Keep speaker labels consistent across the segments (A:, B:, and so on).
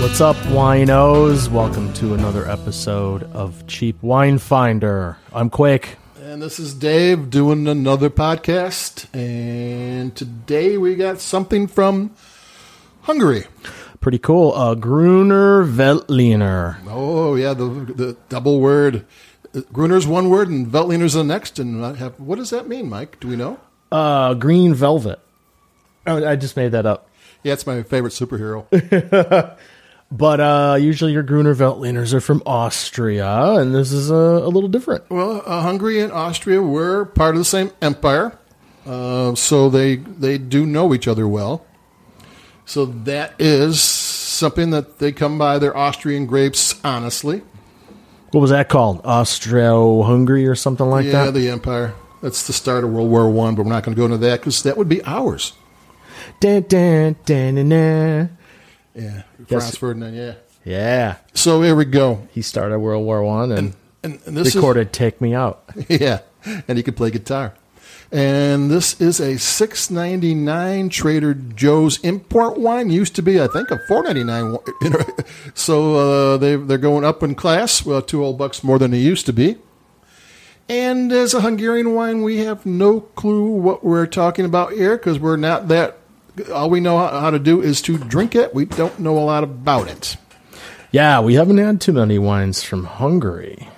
A: What's up, winos? Welcome to another episode of Cheap Wine Finder. I'm Quake.
B: And this is Dave doing another podcast. And today we got something from Hungary.
A: Pretty cool. Uh, Gruner Veltliner.
B: Oh, yeah, the, the double word. Gruner's one word and Veltliner's the next. And I have, what does that mean, Mike? Do we know?
A: Uh, green Velvet. Oh, I just made that up.
B: Yeah, it's my favorite superhero.
A: But uh, usually your Gruner Veltliners are from Austria, and this is a, a little different.
B: well, uh, Hungary and Austria were part of the same empire, uh, so they they do know each other well. So that is something that they come by their Austrian grapes honestly.
A: What was that called? Austro-Hungary or something like
B: yeah,
A: that?
B: the Empire. That's the start of World War One, but we're not going to go into that because that would be ours.
A: Dun, dun, dun, dun, dun.
B: Yeah,
A: Yes.
B: Franz Ferdinand. Yeah.
A: Yeah.
B: So here we go.
A: He started World War One and,
B: And, and this
A: recorded "Take Me Out."
B: Is, yeah, and he could play guitar. And this is a six ninety nine Trader Joe's import wine. Used to be, I think, a four ninety nine. So uh, they they're going up in class. Well, two old bucks more than it used to be. And as a Hungarian wine, we have no clue what we're talking about here because we're not that. All we know how how to do is to drink it. We don't know a lot about it.
A: Yeah, we haven't had too many wines from Hungary.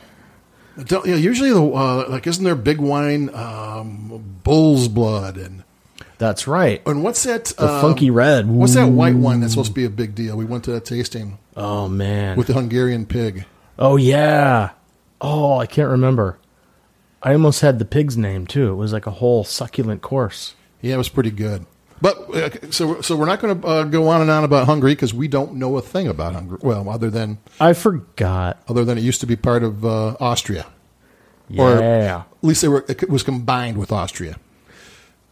B: Don't, yeah, usually the uh, like isn't there big wine, um, bull's blood and
A: That's right.
B: and what's that?
A: The funky red.
B: Um, What's that white wine that's supposed to be a big deal? We went to that tasting
A: Oh man.
B: with the Hungarian pig.
A: oh yeah. Oh, I can't remember. I almost had the pig's name too. It was like a whole succulent course.
B: Yeah, it was pretty good. But uh, so so we're not going to uh, go on and on about Hungary because we don't know a thing about Hungary. Well, other than
A: I forgot.
B: other than it used to be part of uh, Austria, Or-
A: Yeah.
B: at least they were, it was combined with Austria.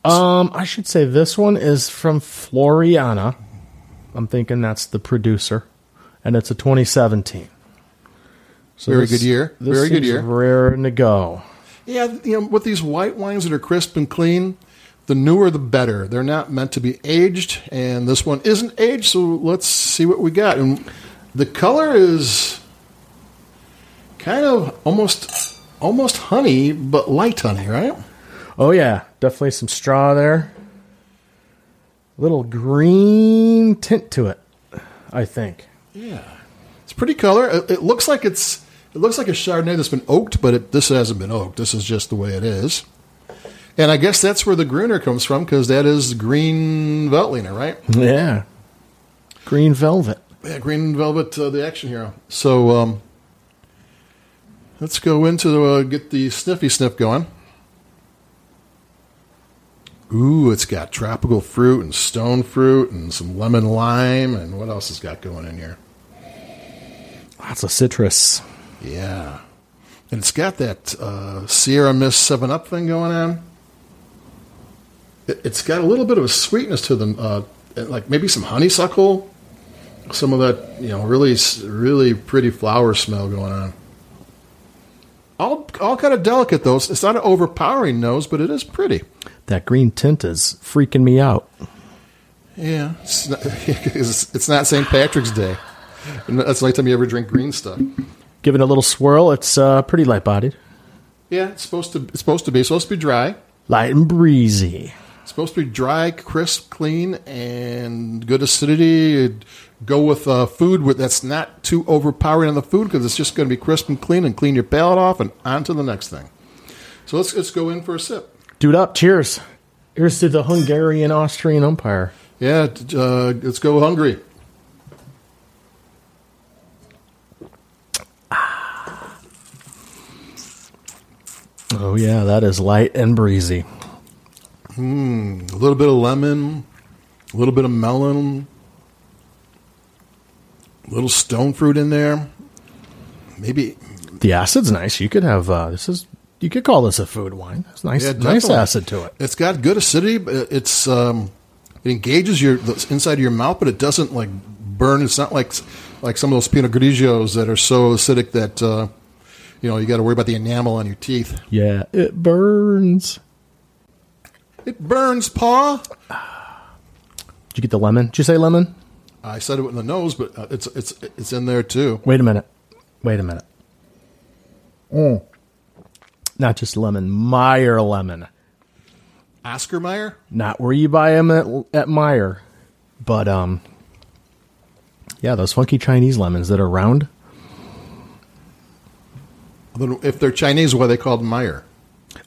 A: um, I should say this one is from Floriana. I'm thinking that's the producer, and it's a 2017. So
B: Very
A: this-
B: good year.
A: this
B: Very good
A: seems
B: year.
A: Rare to go.
B: Yeah, you know, with these white wines that are crisp and clean, the newer the better. They're not meant to be aged, and this one isn't aged, so let's see what we got. And the color is kind of almost almost honey, but light honey, right?
A: Oh yeah, definitely some straw there. Little green tint to it, I think.
B: Yeah. It's pretty color. It, it looks like it's it looks like a Chardonnay that's been oaked, but it, this hasn't been oaked. This is just the way it is. And I guess that's where the Gruner comes from because that is green Veltliner, right?
A: Yeah. Green velvet.
B: Yeah, Green Velvet, uh, the action hero. So um, let's go into uh, get the sniffy sniff going. Ooh, it's got tropical fruit and stone fruit and some lemon lime and what else has got going in here?
A: Lots of citrus.
B: Yeah, and it's got that uh, Sierra Mist Seven Up thing going on. It, it's got a little bit of a sweetness to them, uh, like maybe some honeysuckle, some of that you know really s- really pretty flower smell going on. All all kind of delicate though. It's it's not an overpowering nose, but it is pretty.
A: That green tint is freaking me out.
B: Yeah, it's not, it's, it's not St. Patrick's Day. And that's the only time you ever drink green stuff.
A: Give it a little swirl. It's uh, pretty light bodied,
B: Yeah, it's supposed to it's supposed to be it's supposed to be dry.
A: light and breezy.
B: It's supposed to be dry, crisp, clean, and good acidity. It'd go with uh, food with that's not too overpowering on the food because it's just going to be crisp and clean and clean your palate off and on to the next thing. So let's let's go in for a sip.
A: Dude up. Cheers. Here's to the Hungarian Austrian umpire.
B: Yeah, t- uh, let's go hungry.
A: Oh yeah, that is light and breezy.
B: A little bit of lemon, a little bit of melon, a little stone fruit in there. Maybe
A: The acid's nice. You could have uh, this is you could call this a food wine. It's nice,
B: Yeah,
A: nice
B: definitely.
A: acid to it.
B: It's got good acidity. But it- it's um, it engages your the inside of your mouth, but it doesn't like burn. It's not like like some of those Pinot Grigios that are so acidic that uh, you know you got to worry about the enamel on your teeth.
A: Yeah, it burns.
B: It burns, paw.
A: Did you get the lemon? Did you say lemon?
B: I said it in the nose, but uh, it's it's it's in there too.
A: Wait a minute. Wait a minute. Mm. Not just lemon, Meyer lemon.
B: Oscar Mayer.
A: Not where you buy them at, at Meyer, but um, yeah, those funky Chinese lemons that are round.
B: Then If they're Chinese, why are they called Meyer?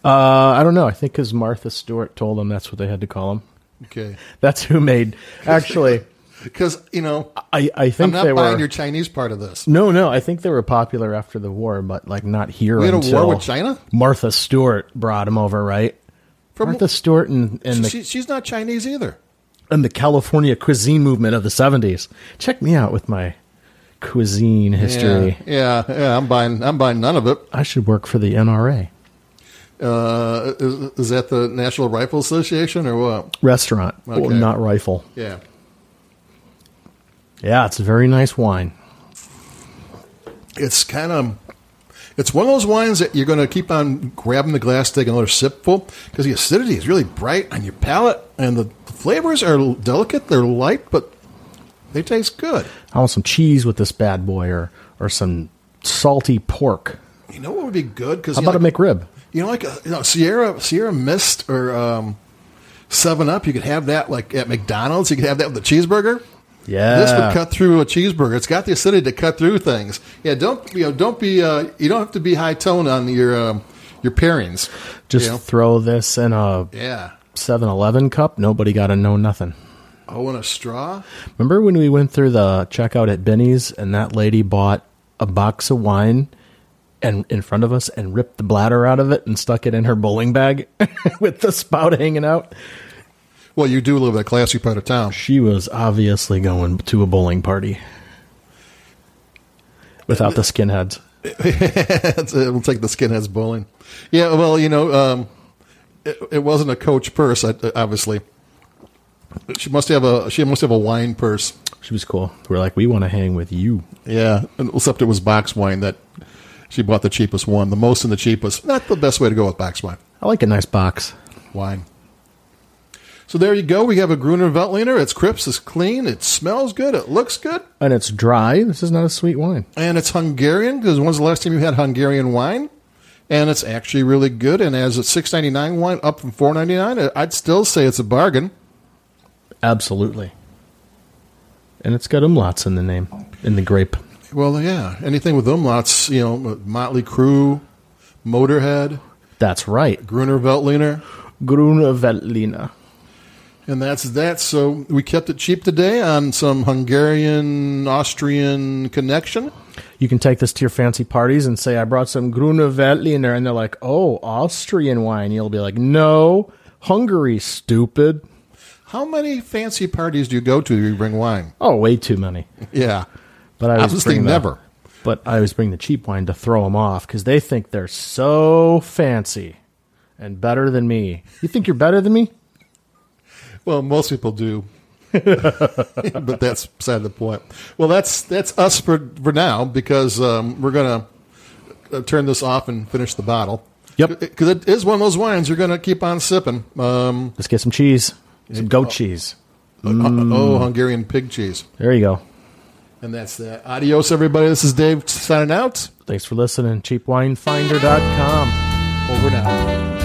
A: Uh, I don't know. I think because Martha Stewart told them that's what they had to call them.
B: Okay,
A: That's who made. Actually,
B: because you know
A: I I
B: I'm
A: think
B: not
A: they
B: buying
A: were.
B: your Chinese part of this.
A: no, no, I think they were popular after the war, but like not here.
B: We had a
A: until
B: war with China.
A: Martha Stewart brought them over, right?
B: From
A: Martha Stewart and, and the
B: she, she's not Chinese either.
A: and the California cuisine movement of the 70s. Check me out with my cuisine history.
B: Yeah, yeah, yeah, I'm buying. I'm buying none of it.
A: I should work for the NRA
B: Uh, is, is that the National Rifle Association or what?
A: restaurant,
B: Okay.
A: well, not rifle.
B: Yeah.
A: Yeah, it's a very nice wine.
B: it's kind of it's one of those wines that you're going to keep on grabbing the glass, taking another sipful because the acidity is really bright on your palate, and the flavors are delicate. They're light, but they taste good.
A: I want some cheese with this bad boy or, or some salty pork.
B: You know what would be good? Because
A: How
B: you,
A: about
B: know, like,
A: a McRib?
B: you know, like a you know, Sierra Sierra Mist or um, Seven Up, you could have that like at McDonald's. You could have that with a cheeseburger.
A: Yeah.
B: This would cut through a cheeseburger. It's got the acidity to cut through things. Yeah, don't you know? Don't be. Uh, you don't have to be high tone on your um, your pairings.
A: Just
B: you know?
A: throw this in a
B: Yeah.
A: 7 Eleven cup. Nobody got to know nothing.
B: Oh, and a straw?
A: Remember when we went through the checkout at Benny's and that lady bought a box of wine and in front of us and ripped the bladder out of it and stuck it in her bowling bag with the spout hanging out?
B: Well, you do live in a classy part of town.
A: She was obviously going to a bowling party without the skinheads.
B: we'll take the skinheads bowling. Yeah, well, you know, um, it, it wasn't a coach purse, I- obviously. She must have a she must have a wine purse.
A: She was cool. We're like, we want to hang with you.
B: Yeah, except it was box wine that she bought the cheapest one, the most and the cheapest. Not the best way to go with box wine.
A: I like a nice box.
B: Wine. So there you go. We have a Gruner Veltliner. It's crisp. It's clean. It smells good. It looks good.
A: And it's dry. This is not a sweet wine.
B: and it's Hungarian because when's the last time you had Hungarian wine? And it's actually really good. And as a six ninety nine wine up from four ninety nine, I'd still say it's a bargain.
A: Absolutely. And it's got umlauts in the name, in the grape.
B: Well, yeah, anything with umlauts, you know, uh, Motley Crue, Motorhead,
A: That's right.
B: Gruner Veltliner,
A: Grüne Veltliner.
B: and that's that. So we kept it cheap today on some Hungarian Austrian connection.
A: You can take this to your fancy parties and say, I brought some Grüne Veltliner. And they're like, oh, Austrian wine. You'll be like, no, Hungary, stupid.
B: How many fancy parties do you go to? Where you bring wine?
A: Oh, way too many.
B: Yeah,
A: But I always
B: Obviously
A: bring the-
B: never.
A: But I always bring the cheap wine to throw them off because they think they're so fancy and better than me. You think you're better than me?
B: Well, most people do. but that's beside the point. Well, that's that's us for for now because um, we're gonna uh, turn this off and finish the bottle.
A: Yep.
B: because it is one of those wines you're gonna keep on sipping. Um,
A: Let's get some cheese, some goat cheese. Mm.
B: Oh, Hungarian pig cheese,
A: There you go.
B: and that's that. Adios, everybody. This is Dave signing out.
A: Thanks for listening. Cheapwinefinder.com.
B: Over now.